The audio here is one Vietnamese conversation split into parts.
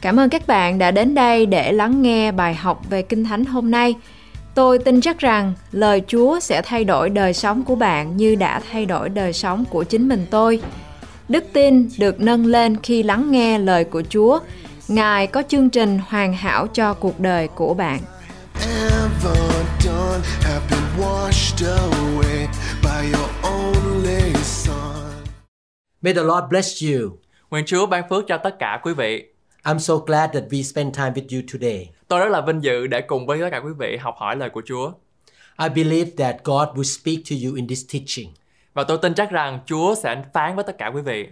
Cảm ơn các bạn đã đến đây để lắng nghe bài học về Kinh Thánh hôm nay. Tôi tin chắc rằng lời Chúa sẽ thay đổi đời sống của bạn như đã thay đổi đời sống của chính mình tôi. Đức tin được nâng lên khi lắng nghe lời của Chúa. Ngài có chương trình hoàn hảo cho cuộc đời của bạn. ever done have been washed away by your only son. May the Lord bless you. Nguyện Chúa ban phước cho tất cả quý vị. I'm so glad that we spend time with you today. Tôi rất là vinh dự để cùng với tất cả quý vị học hỏi lời của Chúa. I believe that God will speak to you in this teaching. Và tôi tin chắc rằng Chúa sẽ phán với tất cả quý vị.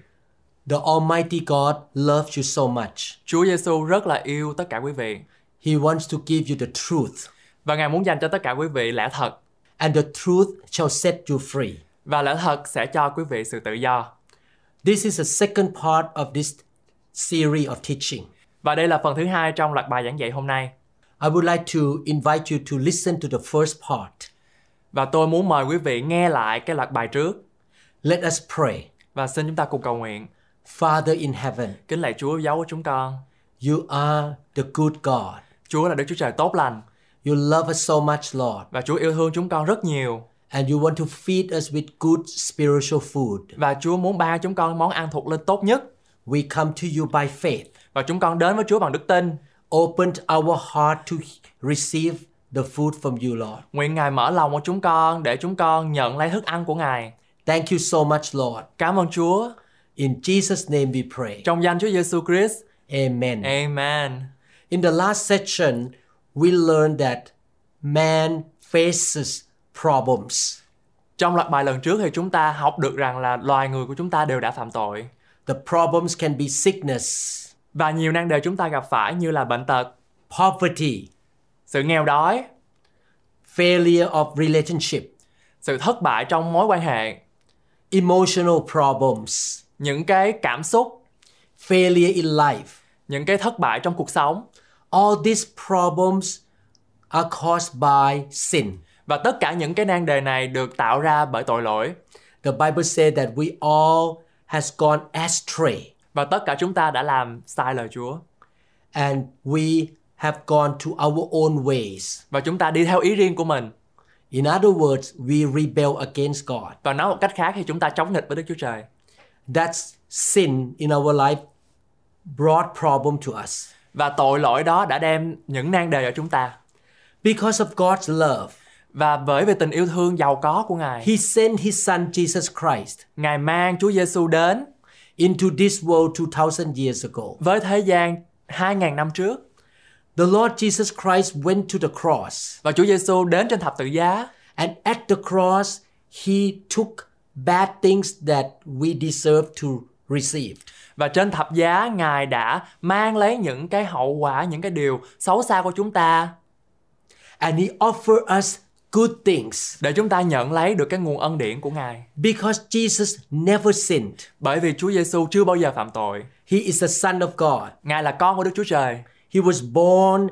The Almighty God loves you so much. Chúa Giêsu rất là yêu tất cả quý vị He wants to give you the truth, và Ngài muốn dành cho tất cả quý vị lẽ thật and the truth shall set you free. và lẽ thật sẽ cho quý vị sự tự do. This is the second part of this series of teaching. Và đây là phần thứ hai trong loạt bài giảng dạy hôm nay. I would like to invite you to listen to the first part. Và tôi muốn mời quý vị nghe lại cái loạt bài trước Let us pray. và xin chúng ta cùng cầu nguyện. Father in heaven, Kính lạy Chúa giấu của chúng con. you are the good God. Chúa là Đức Chúa Trời tốt lành You love us so much, Lord, và Chúa yêu thương chúng con rất nhiều and you want to feed us with good spiritual food. và Chúa muốn ban chúng con món ăn thuộc linh tốt nhất We come to you by faith. và chúng con đến với Chúa bằng đức tin. Open our heart to receive the food from you, Lord. Nguyện Ngài mở lòng của chúng con để chúng con nhận lấy thức ăn của Ngài. Thank you so much, Lord. Cảm ơn Chúa. In Jesus' name we pray. Trong danh Chúa Giêsu Christ. Amen. Amen. In the last section, we learned that man faces problems. Trong loạt bài lần trước thì chúng ta học được rằng là loài người của chúng ta đều đã phạm tội The problems can be sickness, và nhiều nan đề chúng ta gặp phải như là bệnh tật, poverty, sự nghèo đói, failure of relationship, sự thất bại trong mối quan hệ, emotional problems, những cái cảm xúc, failure in life. những cái thất bại trong cuộc sống All these problems are caused by sin. và tất cả những cái nan đề này được tạo ra bởi tội lỗi The Bible says that we all has gone astray và tất cả chúng ta đã làm sai lời Chúa and we have gone to our own ways. và chúng ta đi theo ý riêng của mình In other words, we rebel against God. và nói một cách khác thì chúng ta chống nghịch với Đức Chúa Trời That's sin in our life brought problem to us. và tội lỗi đó đã đem những nan đề ở chúng ta Because of God's love, và bởi vì tình yêu thương giàu có của Ngài he sent his son Jesus Christ Ngài mang Chúa Giêsu đến into this world 2000 years ago. với thế gian 2.000 năm trước The Lord Jesus Christ went to the cross và Chúa Giêsu đến trên thập tự giá And at the cross, he took bad things that we deserve to receive. và trên thập giá Ngài đã mang lấy những cái hậu quả những cái điều xấu xa của chúng ta And he offered us good things để chúng ta nhận lấy được cái nguồn ân điển của Ngài because Jesus never sinned. bởi vì Chúa Giêsu chưa bao giờ phạm tội He is the Son of God. Ngài là con của Đức Chúa Trời He was born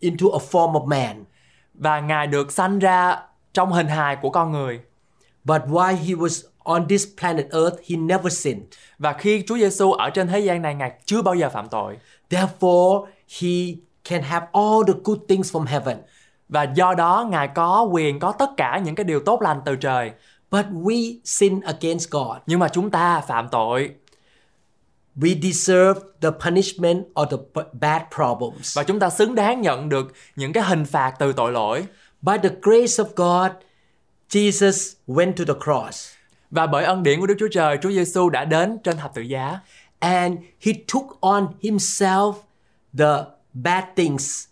into a form of man. và Ngài được sanh ra trong hình hài của con người But while he was on this planet earth, he never sinned. và khi Chúa Giêsu ở trên thế gian này Ngài chưa bao giờ phạm tội Therefore, he can have all the good things from heaven. và do đó Ngài có quyền có tất cả những cái điều tốt lành từ trời But we sin against God. nhưng mà chúng ta phạm tội We deserve the punishment or the b- bad problems. và chúng ta xứng đáng nhận được những cái hình phạt từ tội lỗi By the grace of God, Jesus went to the cross và bởi ân điển của Đức Chúa Trời Chúa Giêsu đã đến trên thập tự giá and he took on himself the bad things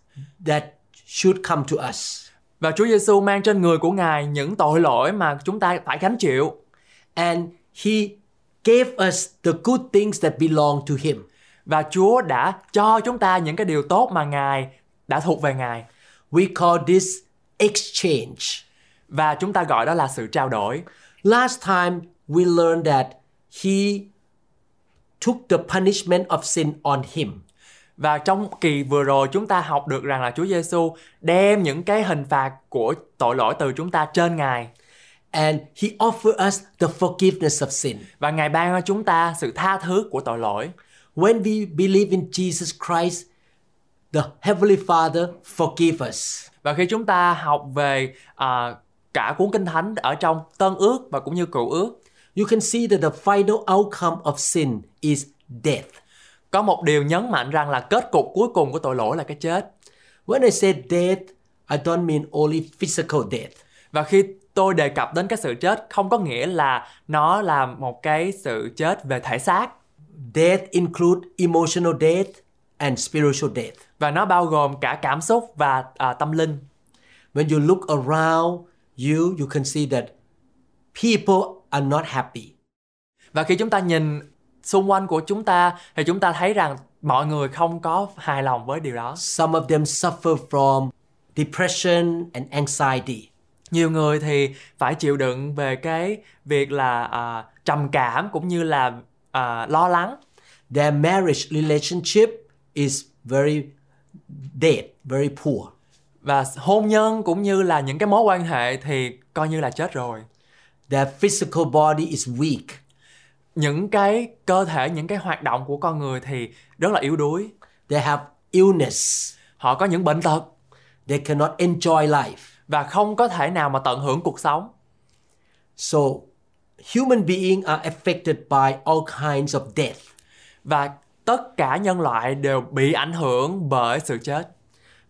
that should come to us. và Chúa Giêsu mang trên người của Ngài những tội lỗi mà chúng ta phải gánh chịu And he gave us the good things that belong to him. và Chúa đã cho chúng ta những cái điều tốt mà Ngài đã thuộc về Ngài We call this exchange. và chúng ta gọi đó là sự trao đổi Last time we learned that he took the punishment of sin on him. và trong kỳ vừa rồi chúng ta học được rằng là Chúa Giêsu đem những cái hình phạt của tội lỗi từ chúng ta trên Ngài And he offered us the forgiveness of sin. và Ngài ban cho chúng ta sự tha thứ của tội lỗi When we believe in Jesus Christ, the Heavenly Father forgive us. Và khi chúng ta học về à, cả cuốn kinh thánh ở trong Tân Ước và cũng như Cựu Ước, You can see that the final outcome of sin is death. có một điều nhấn mạnh rằng là kết cục cuối cùng của tội lỗi là cái chết. When I say death, I don't mean only physical death. Và khi tôi đề cập đến cái sự chết không có nghĩa là nó là một cái sự chết về thể xác Death include emotional death and spiritual death. và nó bao gồm cả cảm xúc và à, tâm linh. When you look around you, you can see that people are not happy. Và khi chúng ta nhìn xung quanh của chúng ta thì chúng ta thấy rằng mọi người không có hài lòng với điều đó. Some of them suffer from depression and anxiety. Nhiều người thì phải chịu đựng về cái việc là à, trầm cảm cũng như là à, lo lắng Their marriage relationship is very dead, very poor. và hôn nhân cũng như là những cái mối quan hệ thì coi như là chết rồi. Their physical body is weak. Những cái cơ thể, những cái hoạt động của con người thì rất là yếu đuối. They have illness. Họ có những bệnh tật They cannot enjoy life. và không có thể nào mà tận hưởng cuộc sống. So, human beings are affected by all kinds of death. Và tất cả nhân loại đều bị ảnh hưởng bởi sự chết.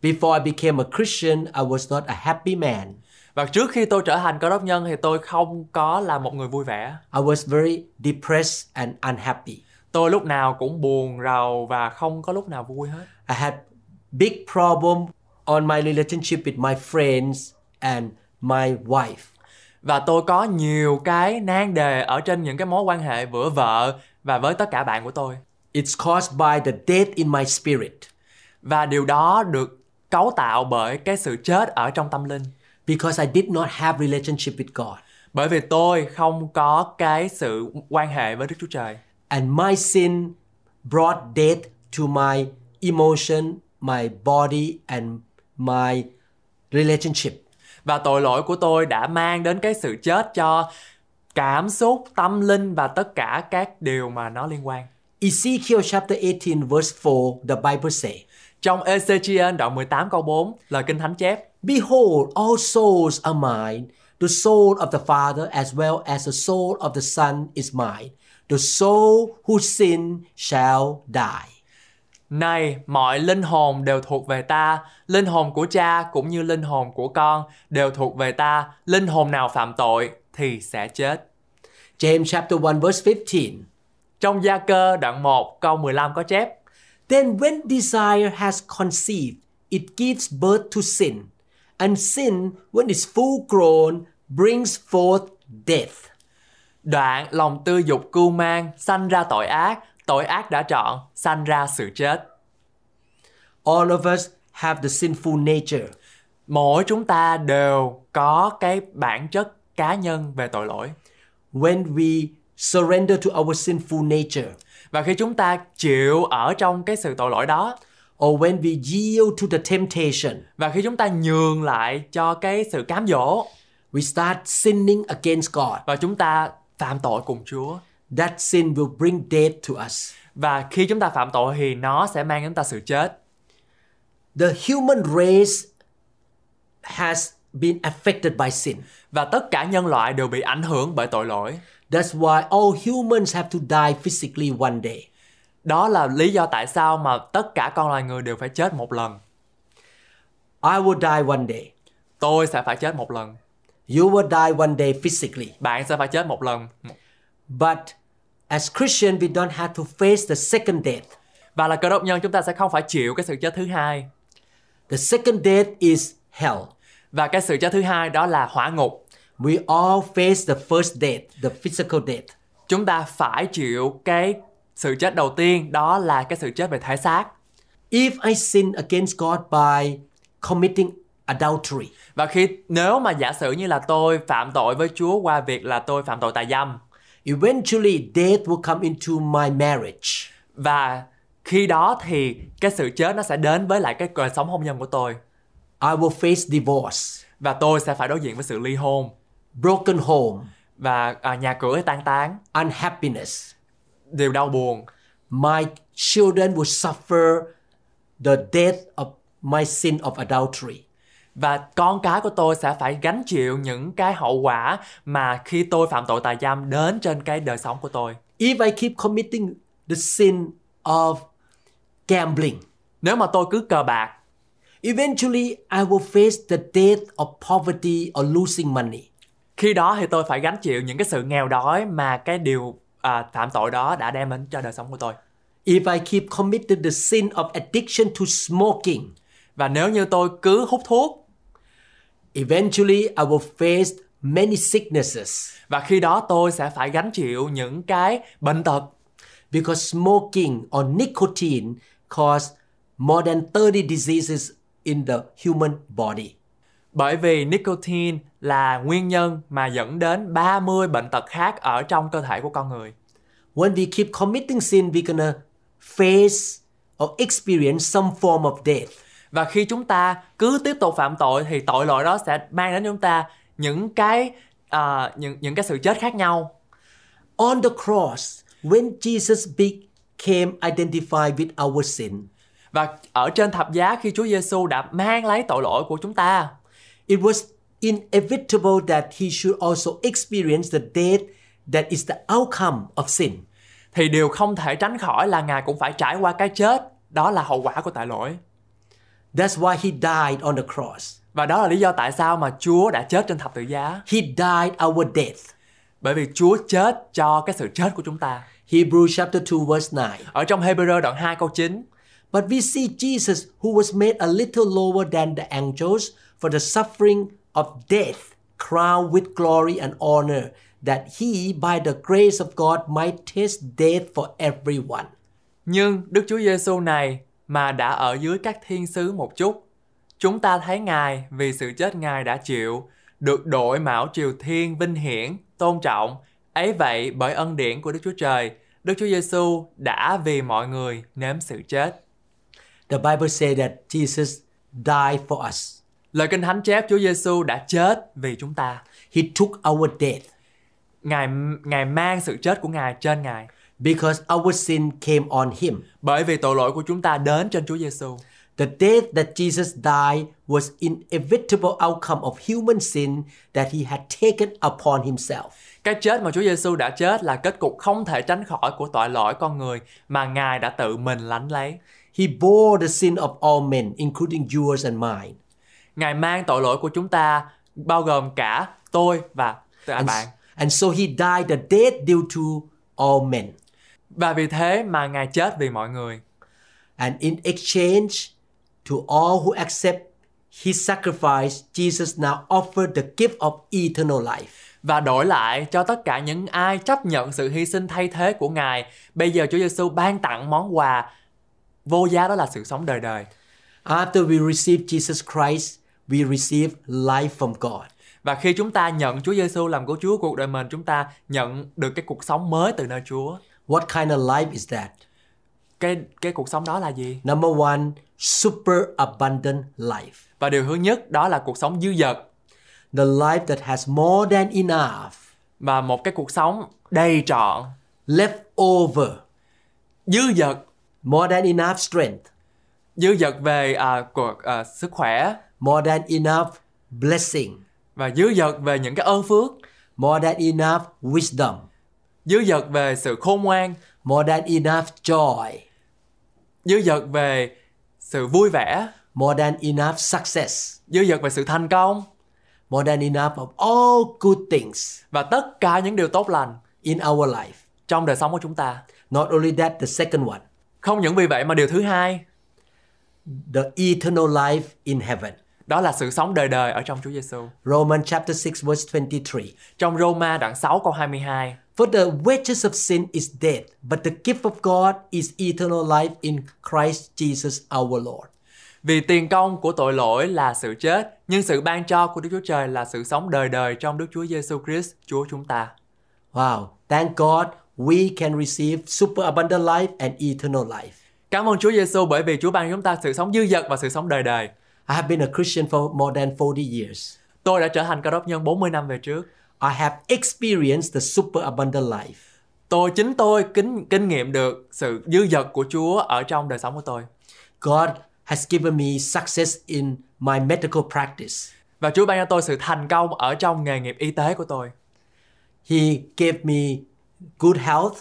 Before I became a Christian, I was not a happy man. Và trước khi tôi trở thành cơ đốc nhân thì tôi không có là một người vui vẻ. I was very depressed and unhappy. Tôi lúc nào cũng buồn rầu và không có lúc nào vui hết. I had big problem on my relationship with my friends and my wife. Và tôi có nhiều cái nan đề ở trên những cái mối quan hệ với vợ và với tất cả bạn của tôi. It's caused by the death in my spirit Và điều đó được cấu tạo bởi cái sự chết ở trong tâm linh. because I did not have relationship with God. Bởi vì tôi không có cái sự quan hệ với Đức Chúa Trời. And my sin brought death to my emotion, my body and my relationship. Và tội lỗi của tôi đã mang đến cái sự chết cho cảm xúc, tâm linh và tất cả các điều mà nó liên quan. Ezekiel chapter 18 verse 4 the Bible say, Trong Ezechiel đoạn 18 câu 4, lời Kinh Thánh chép Behold, all souls are mine. The soul of the Father as well as the soul of the Son is mine. The soul who sin shall die. Này, mọi linh hồn đều thuộc về ta, linh hồn của cha cũng như linh hồn của con đều thuộc về ta, linh hồn nào phạm tội thì sẽ chết. James chapter 1 verse 15. Trong Gia Cơ đoạn 1 câu 15 có chép, Then when desire has conceived, it gives birth to sin. And sin, when it's full grown, brings forth death. đoạn lòng tư dục cưu mang, sanh ra tội ác, tội ác đã trọn, sanh ra sự chết. All of us have the sinful nature. Mỗi chúng ta đều có cái bản chất cá nhân về tội lỗi. When we surrender to our sinful nature, Và khi chúng ta chịu ở trong cái sự tội lỗi đó, or when we yield to the temptation, và khi chúng ta nhường lại cho cái sự cám dỗ, we start sinning against God. và chúng ta phạm tội cùng Chúa. That sin will bring death to us. Và khi chúng ta phạm tội thì nó sẽ mang đến ta sự chết. The human race has been affected by sin. Và tất cả nhân loại đều bị ảnh hưởng bởi tội lỗi. That's why all humans have to die physically one day. Đó là lý do tại sao mà tất cả con loài người đều phải chết một lần. I will die one day. Tôi sẽ phải chết một lần. You will die one day physically. Bạn sẽ phải chết một lần. But as Christian, we don't have to face the second death. Và là cơ đốc nhân chúng ta sẽ không phải chịu cái sự chết thứ hai. The second death is hell. Và cái sự chết thứ hai đó là hỏa ngục. We all face the first death, the physical death. Chúng ta phải chịu cái sự chết đầu tiên đó là cái sự chết về thể xác. If I sin against God by committing adultery, Và khi nếu mà giả sử như là tôi phạm tội với Chúa qua việc là tôi phạm tội tà dâm eventually death will come into my marriage. và khi đó thì cái sự chết nó sẽ đến với lại cái đời sống hôn nhân của tôi I will face divorce, và tôi sẽ phải đối diện với sự ly hôn broken home, và à, nhà cửa tan tán, unhappiness. điều đau buồn my children will suffer the death of my sin of adultery. và con cái của tôi sẽ phải gánh chịu những cái hậu quả mà khi tôi phạm tội tà giam đến trên cái đời sống của tôi. If I keep committing the sin of gambling, Nếu mà tôi cứ cờ bạc, eventually I will face the death of poverty or losing money. khi đó thì tôi phải gánh chịu những cái sự nghèo đói mà cái điều à, phạm tội đó đã đem đến cho đời sống của tôi. If I keep committing the sin of addiction to smoking, Và nếu như tôi cứ hút thuốc eventually I will face many sicknesses và khi đó tôi sẽ phải gánh chịu những cái bệnh tật because smoking or nicotine cause more than 30 diseases in the human body. bởi vì nicotine là nguyên nhân mà dẫn đến 30 bệnh tật khác ở trong cơ thể của con người. When we keep committing sin, we're gonna face or experience some form of death. Và khi chúng ta cứ tiếp tục phạm tội thì tội lỗi đó sẽ mang đến chúng ta những cái à, những những cái sự chết khác nhau. On the cross, when Jesus became identified with our sin, Và ở trên thập giá khi Chúa Giêsu đã mang lấy tội lỗi của chúng ta it was inevitable that he should also experience the death that is the outcome of sin. thì điều không thể tránh khỏi là Ngài cũng phải trải qua cái chết, đó là hậu quả của tội lỗi. That's why he died on the cross. Và đó là lý do tại sao mà Chúa đã chết trên thập tự giá, He died our death. bởi vì Chúa chết cho cái sự chết của chúng ta. Hebrews chapter 2 verse 9. Ở trong Hebrew đoạn 2 câu 9 But we see Jesus, who was made a little lower than the angels for the suffering of death, crowned with glory and honor, that he, by the grace of God, might taste death for everyone. Nhưng Đức Chúa Giêsu này mà đã ở dưới các thiên sứ một chút, chúng ta thấy Ngài vì sự chết Ngài đã chịu, được đội mão triều thiên vinh hiển, tôn trọng. Ấy vậy bởi ân điển của Đức Chúa Trời, Đức Chúa Giêsu đã vì mọi người nếm sự chết. The Bible says that Jesus died for us. Lời Kinh Thánh chép Chúa Giêsu đã chết vì chúng ta. He took our death Ngài Ngài mang sự chết của Ngài trên Ngài, because our sin came on him. bởi vì tội lỗi của chúng ta đến trên Chúa Giêsu. The death that Jesus died was inevitable outcome of human sin that he had taken upon himself. Cái chết mà Chúa Giêsu đã chết là kết cục không thể tránh khỏi của tội lỗi con người mà Ngài đã tự mình lãnh lấy. He bore the sin of all men, including yours and mine. Ngài mang tội lỗi của chúng ta bao gồm cả tôi và cả And, bạn. and so he died the death due to all men. Và vì thế mà Ngài chết vì mọi người. And in exchange, to all who accept his sacrifice, Jesus now offered the gift of eternal life. Và đổi lại cho tất cả những ai chấp nhận sự hy sinh thay thế của Ngài, bây giờ Chúa Giêsu ban tặng món quà vô giá đó là sự sống đời đời. After we receive Jesus Christ, we receive life from God. Và khi chúng ta nhận Chúa Giêsu làm cứu Chúa cuộc đời mình, chúng ta nhận được cái cuộc sống mới từ nơi Chúa. What kind of life is that? Cái cái cuộc sống đó là gì? Number one, super abundant life. Và điều thứ nhất đó là cuộc sống dư dật The life that has more than enough, và một cái cuộc sống đầy trọn, left over, dư dật, more than enough strength, dư dật về à, cuộc à, sức khỏe more than enough blessing, và dư dật về những cái ơn phước, more than enough wisdom, dư dật về sự khôn ngoan, more than enough joy, dư dật về sự vui vẻ, more than enough success, dư dật về sự thành công more than enough of all good things và tất cả những điều tốt lành in our life. trong đời sống của chúng ta. Not only that, the second one, Không những vì vậy mà điều thứ hai the eternal life in heaven. đó là sự sống đời đời ở trong Chúa Giêsu. Romans chapter 6 verse 23. Trong Roma đoạn 6 câu 22, For the wages of sin is death, but the gift of God is eternal life in Christ Jesus our Lord. Vì tiền công của tội lỗi là sự chết, nhưng sự ban cho của Đức Chúa Trời là sự sống đời đời trong Đức Chúa Giêsu Christ, Chúa chúng ta. Wow, thank God we can receive super abundant life and eternal life. Cảm ơn Chúa Giêsu bởi vì Chúa ban chúng ta sự sống dư dật và sự sống đời đời. I have been a Christian for more than 40 years. Tôi đã trở thành cơ đốc nhân 40 năm về trước I have experienced the superabundant life. Tôi chính tôi kinh kinh nghiệm được sự dư dật của Chúa ở trong đời sống của tôi. God has given me success in my medical practice. Và Chúa ban cho tôi sự thành công ở trong nghề nghiệp y tế của tôi. He gave me good health,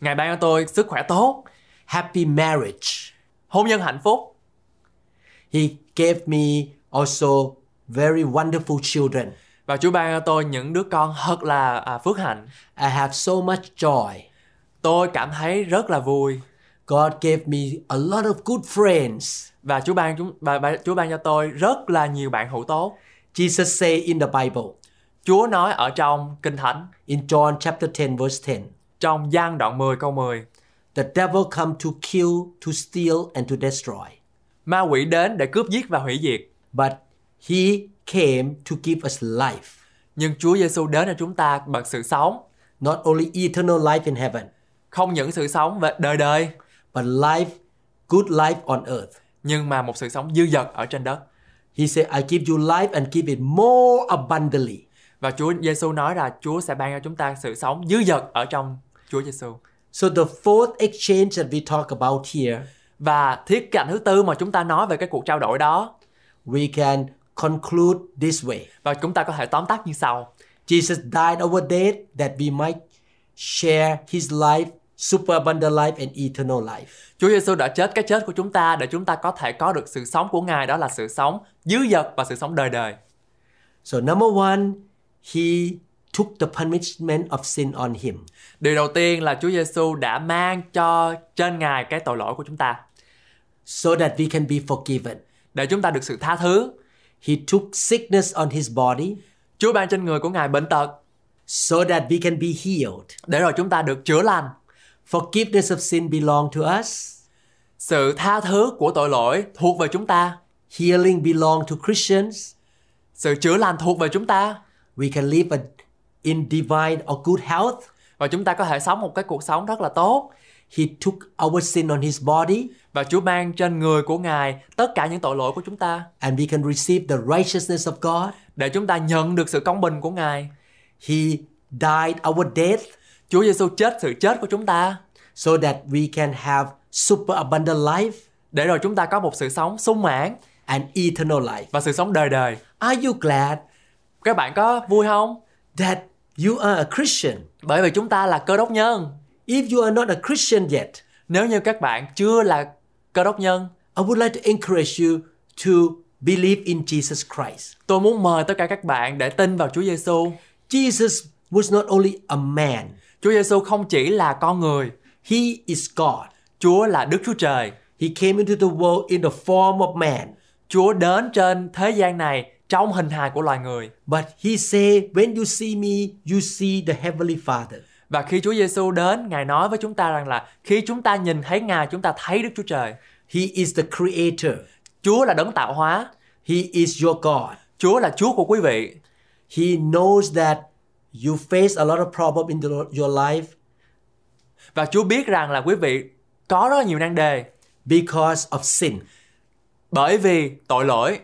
Ngài ban cho tôi sức khỏe tốt, happy marriage. hôn nhân hạnh phúc. He gave me also very wonderful children. Và Chúa ban cho tôi những đứa con thật là à, phước hạnh. I have so much joy. Tôi cảm thấy rất là vui. God gave me a lot of good friends. Và Chúa ban chúng và, và Chúa ban cho tôi rất là nhiều bạn hữu tốt. Jesus say in the Bible Chúa nói ở trong Kinh Thánh, in John chapter 10 verse 10, trong gian đoạn 10 câu 10, the devil come to kill, to steal and to destroy. ma quỷ đến để cướp giết và hủy diệt. But he came to give us life, Nhưng Chúa Giêsu đến cho chúng ta bằng sự sống, not only eternal life in heaven, không những sự sống về đời đời, but life, good life on earth. nhưng mà một sự sống dư dật ở trên đất. He said, I give you life and give it more abundantly. Và Chúa Giêsu nói là Chúa sẽ ban cho chúng ta sự sống dư dật ở trong Chúa Giêsu. So the fourth exchange that we talk about here, Và thiết cảnh thứ tư mà chúng ta nói về cái cuộc trao đổi đó we can conclude this way. và chúng ta có thể tóm tắt như sau. Jesus died our death that we might share his life, superabundant life, and eternal life. Chúa Giêsu đã chết cái chết của chúng ta để chúng ta có thể có được sự sống của Ngài đó là sự sống dư dật và sự sống đời đời. So, number one, he took the punishment of sin on him. Điều đầu tiên là Chúa Giêsu đã mang cho trên Ngài cái tội lỗi của chúng ta so that we can be forgiven. để chúng ta được sự tha thứ. He took sickness on his body Chúa ban trên người của Ngài bệnh tật so that we can be healed. để rồi chúng ta được chữa lành. Forgiveness of sin belong to us. Sự tha thứ của tội lỗi thuộc về chúng ta, Healing belong to Christians. sự chữa lành thuộc về chúng ta We can live a, in divine or good health. và chúng ta có thể sống một cái cuộc sống rất là tốt He took our sin on his body và Chúa ban trên người của Ngài tất cả những tội lỗi của chúng ta and we can receive the righteousness of God. để chúng ta nhận được sự công bình của Ngài. He died our death Chúa Giêsu chết sự chết của chúng ta so that we can have super abundant life để rồi chúng ta có một sự sống sung mãn and eternal life. và sự sống đời đời. Are you glad Các bạn có vui không? that you are a Christian? Bởi vì chúng ta là cơ đốc nhân. If you are not a Christian yet, Nếu như các bạn chưa là cơ đốc nhân, I would like to encourage you to believe in Jesus Christ. tôi muốn mời tất cả các bạn để tin vào Chúa Giêsu. Jesus was not only a man, Chúa Giêsu không chỉ là con người, he is God. Chúa là Đức Chúa Trời. He came into the world in the form of man. Chúa đến trên thế gian này trong hình hài của loài người. But he said, When you see me, you see the Heavenly Father. Và khi Chúa Giêsu đến, Ngài nói với chúng ta rằng là khi chúng ta nhìn thấy Ngài, chúng ta thấy Đức Chúa Trời. He is the creator. Chúa là đấng tạo hóa, He is your God. Chúa là Chúa của quý vị. He knows that you face a lot of problem in the- your life Và Chúa biết rằng là quý vị có rất là nhiều nan đề because of sin. bởi vì tội lỗi.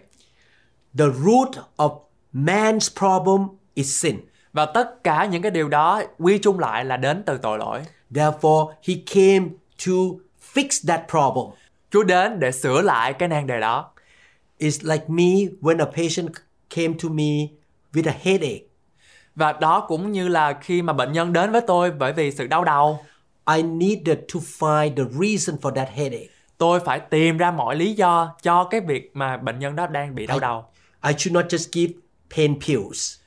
The root of man's problem is sin. Và tất cả những cái điều đó quy chung lại là đến từ tội lỗi. Therefore, he came to fix that problem. Chúa đến để sửa lại cái nan đề đó. It's like me when a patient came to me with a headache. Và đó cũng như là khi mà bệnh nhân đến với tôi bởi vì sự đau đầu, I needed to find the reason for that headache. tôi phải tìm ra mọi lý do cho cái việc mà bệnh nhân đó đang bị đau đầu. I should not just give pain pills.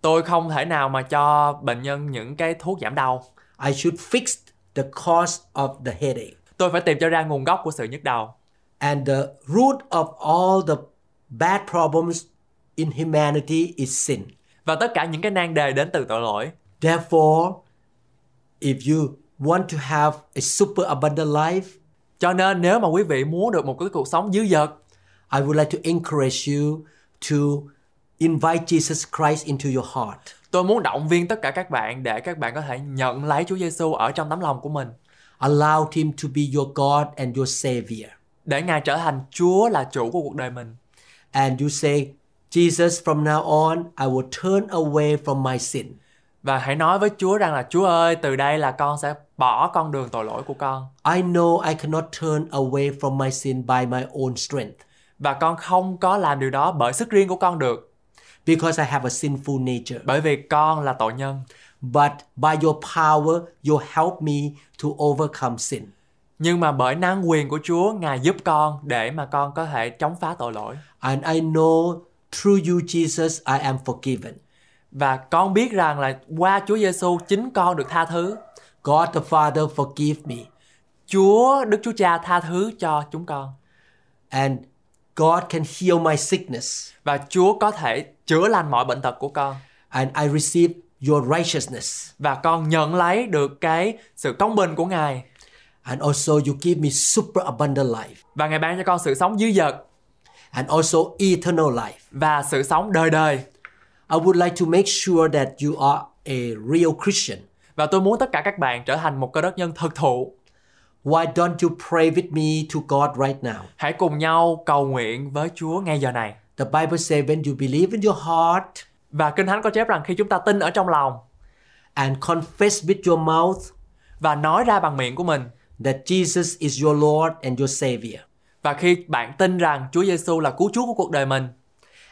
Tôi không thể nào mà cho bệnh nhân những cái thuốc giảm đau. I should fix the cause of the headache. Tôi phải tìm cho ra nguồn gốc của sự nhức đầu. And the root of all the bad problems in humanity is sin. Và tất cả những cái nan đề đến từ tội lỗi. Therefore, if you want to have a super abundant life, Cho nên nếu mà quý vị muốn được một cái cuộc sống dư dật I would like to encourage you to invite Jesus Christ into your heart. Tôi muốn động viên tất cả các bạn để các bạn có thể nhận lấy Chúa Giêsu ở trong tấm lòng của mình, Allow Him to be your God and your Savior. để Ngài trở thành Chúa là chủ của cuộc đời mình. And you say, Jesus, from now on, I will turn away from my sin. Và hãy nói với Chúa rằng là Chúa ơi, từ đây là con sẽ bỏ con đường tội lỗi của con I know I cannot turn away from my sin by my own strength và con không có làm điều đó bởi sức riêng của con được, because I have a sinful nature. bởi vì con là tội nhân. But by your power, you help me to overcome sin. Nhưng mà bởi năng quyền của Chúa, Ngài giúp con để mà con có thể chống phá tội lỗi. And I know through you, Jesus, I am forgiven. Và con biết rằng là qua Chúa Giêsu chính con được tha thứ. God the Father, forgive me. Chúa Đức Chúa Cha tha thứ cho chúng con And God can heal my sickness. và Chúa có thể chữa lành mọi bệnh tật của con And I receive your righteousness. và con nhận lấy được cái sự công bình của Ngài And also, you give me super abundant life và Ngài ban cho con sự sống dư dật and also eternal life. và sự sống đời đời. I would like to make sure that you are a real Christian. Và tôi muốn tất cả các bạn trở thành một cơ đốc nhân thực thụ. Why don't you pray with me to God right now? Hãy cùng nhau cầu nguyện với Chúa ngay giờ này. The Bible says when you believe in your heart Và Kinh Thánh có chép rằng khi chúng ta tin ở trong lòng and confess with your mouth và nói ra bằng miệng của mình that Jesus is your Lord and your Savior, và khi bạn tin rằng Chúa Giêsu là cứu Chúa của cuộc đời mình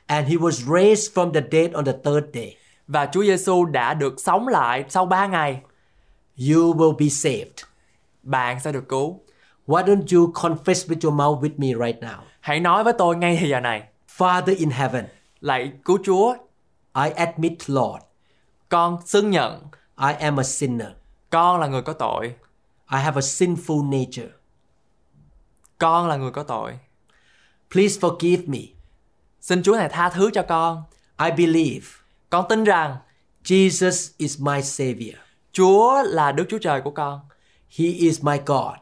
and He was raised from the dead on the third day, và Chúa Giêsu đã được sống lại sau 3 ngày, you will be saved. bạn sẽ được cứu. Why don't you confess with your mouth with me right now? Hãy nói với tôi ngay giờ này, Father in heaven, lạy cứu Chúa, I admit, Lord, con xưng nhận I am a sinner. con là người có tội, I have a sinful nature. con là người có tội. Please forgive me. Xin Chúa này tha thứ cho con. I believe Con tin rằng Jesus is my Savior. Chúa là Đức Chúa Trời của con. He is my God.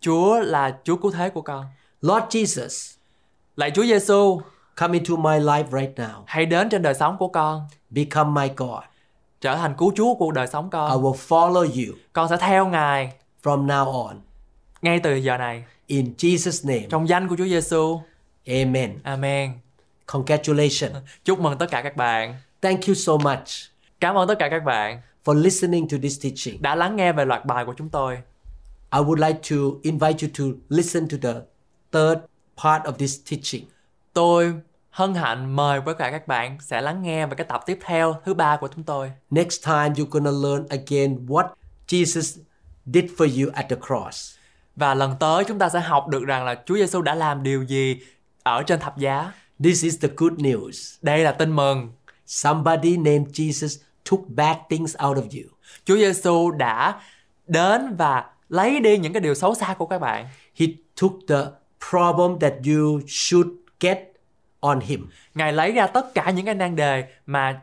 Chúa là Chúa cứu thế của con. Lord Jesus, Lạy Chúa Giêsu, come into my life right now. hãy đến trên đời sống của con, Become my God. trở thành cứu Chúa của cuộc đời sống I con. will follow you Con sẽ theo Ngài from now on. ngay từ giờ này In Jesus' name. trong danh của Chúa Giêsu. Amen. Amen. Congratulations. Chúc mừng tất cả các bạn. Thank you so much Cảm ơn tất cả các bạn for listening to this teaching. đã lắng nghe về loạt bài của chúng tôi. I would like to invite you to listen to the third part of this teaching. Tôi hân hạnh mời tất cả các bạn sẽ lắng nghe về cái tập tiếp theo thứ ba của chúng tôi. Next time, you're going to learn again what Jesus did for you at the cross. Và lần tới chúng ta sẽ học được rằng là Chúa Giêsu đã làm điều gì ở trên thập giá. This is the good news. Đây là tin mừng. Somebody named Jesus took bad things out of you. Chúa Giêsu đã đến và lấy đi những cái điều xấu xa của các bạn. He took the problem that you should get on him Ngài lấy ra tất cả những cái nan đề mà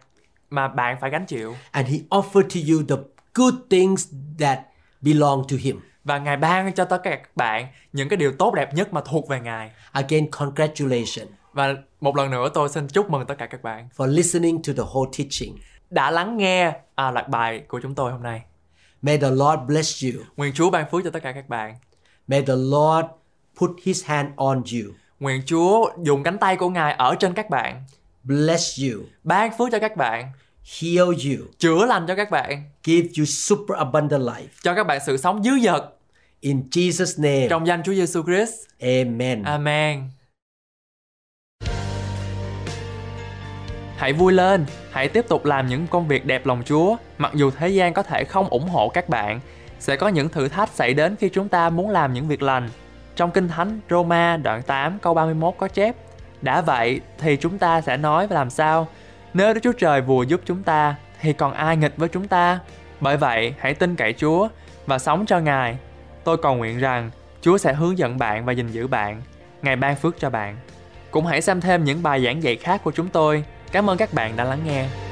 mà bạn phải gánh chịu and he offered to you the good things that belong to him. và Ngài ban cho tất cả các bạn những cái điều tốt đẹp nhất mà thuộc về Ngài. Again, congratulations Và một lần nữa tôi xin chúc mừng tất cả các bạn for listening to the whole teaching. đã lắng nghe à, loạt bài của chúng tôi hôm nay. May the Lord bless you. Nguyện Chúa ban phước cho tất cả các bạn. May the Lord put his hand on you, Nguyện Chúa dùng cánh tay của Ngài ở trên các bạn, bless you, ban phước cho các bạn, heal you, chữa lành cho các bạn, give you super abundant life. cho các bạn sự sống dư dật In Jesus' name, trong danh Chúa Giêsu Christ. amen. Amen. Hãy vui lên, hãy tiếp tục làm những công việc đẹp lòng Chúa, mặc dù thế gian có thể không ủng hộ các bạn. Sẽ có những thử thách xảy đến khi chúng ta muốn làm những việc lành. Trong Kinh Thánh Roma đoạn 8 câu 31 có chép Đã vậy thì chúng ta sẽ nói và làm sao? Nếu Đức Chúa Trời vừa giúp chúng ta thì còn ai nghịch với chúng ta? Bởi vậy hãy tin cậy Chúa và sống cho Ngài. Tôi cầu nguyện rằng Chúa sẽ hướng dẫn bạn và gìn giữ bạn. Ngài ban phước cho bạn. Cũng hãy xem thêm những bài giảng dạy khác của chúng tôi. Cảm ơn các bạn đã lắng nghe.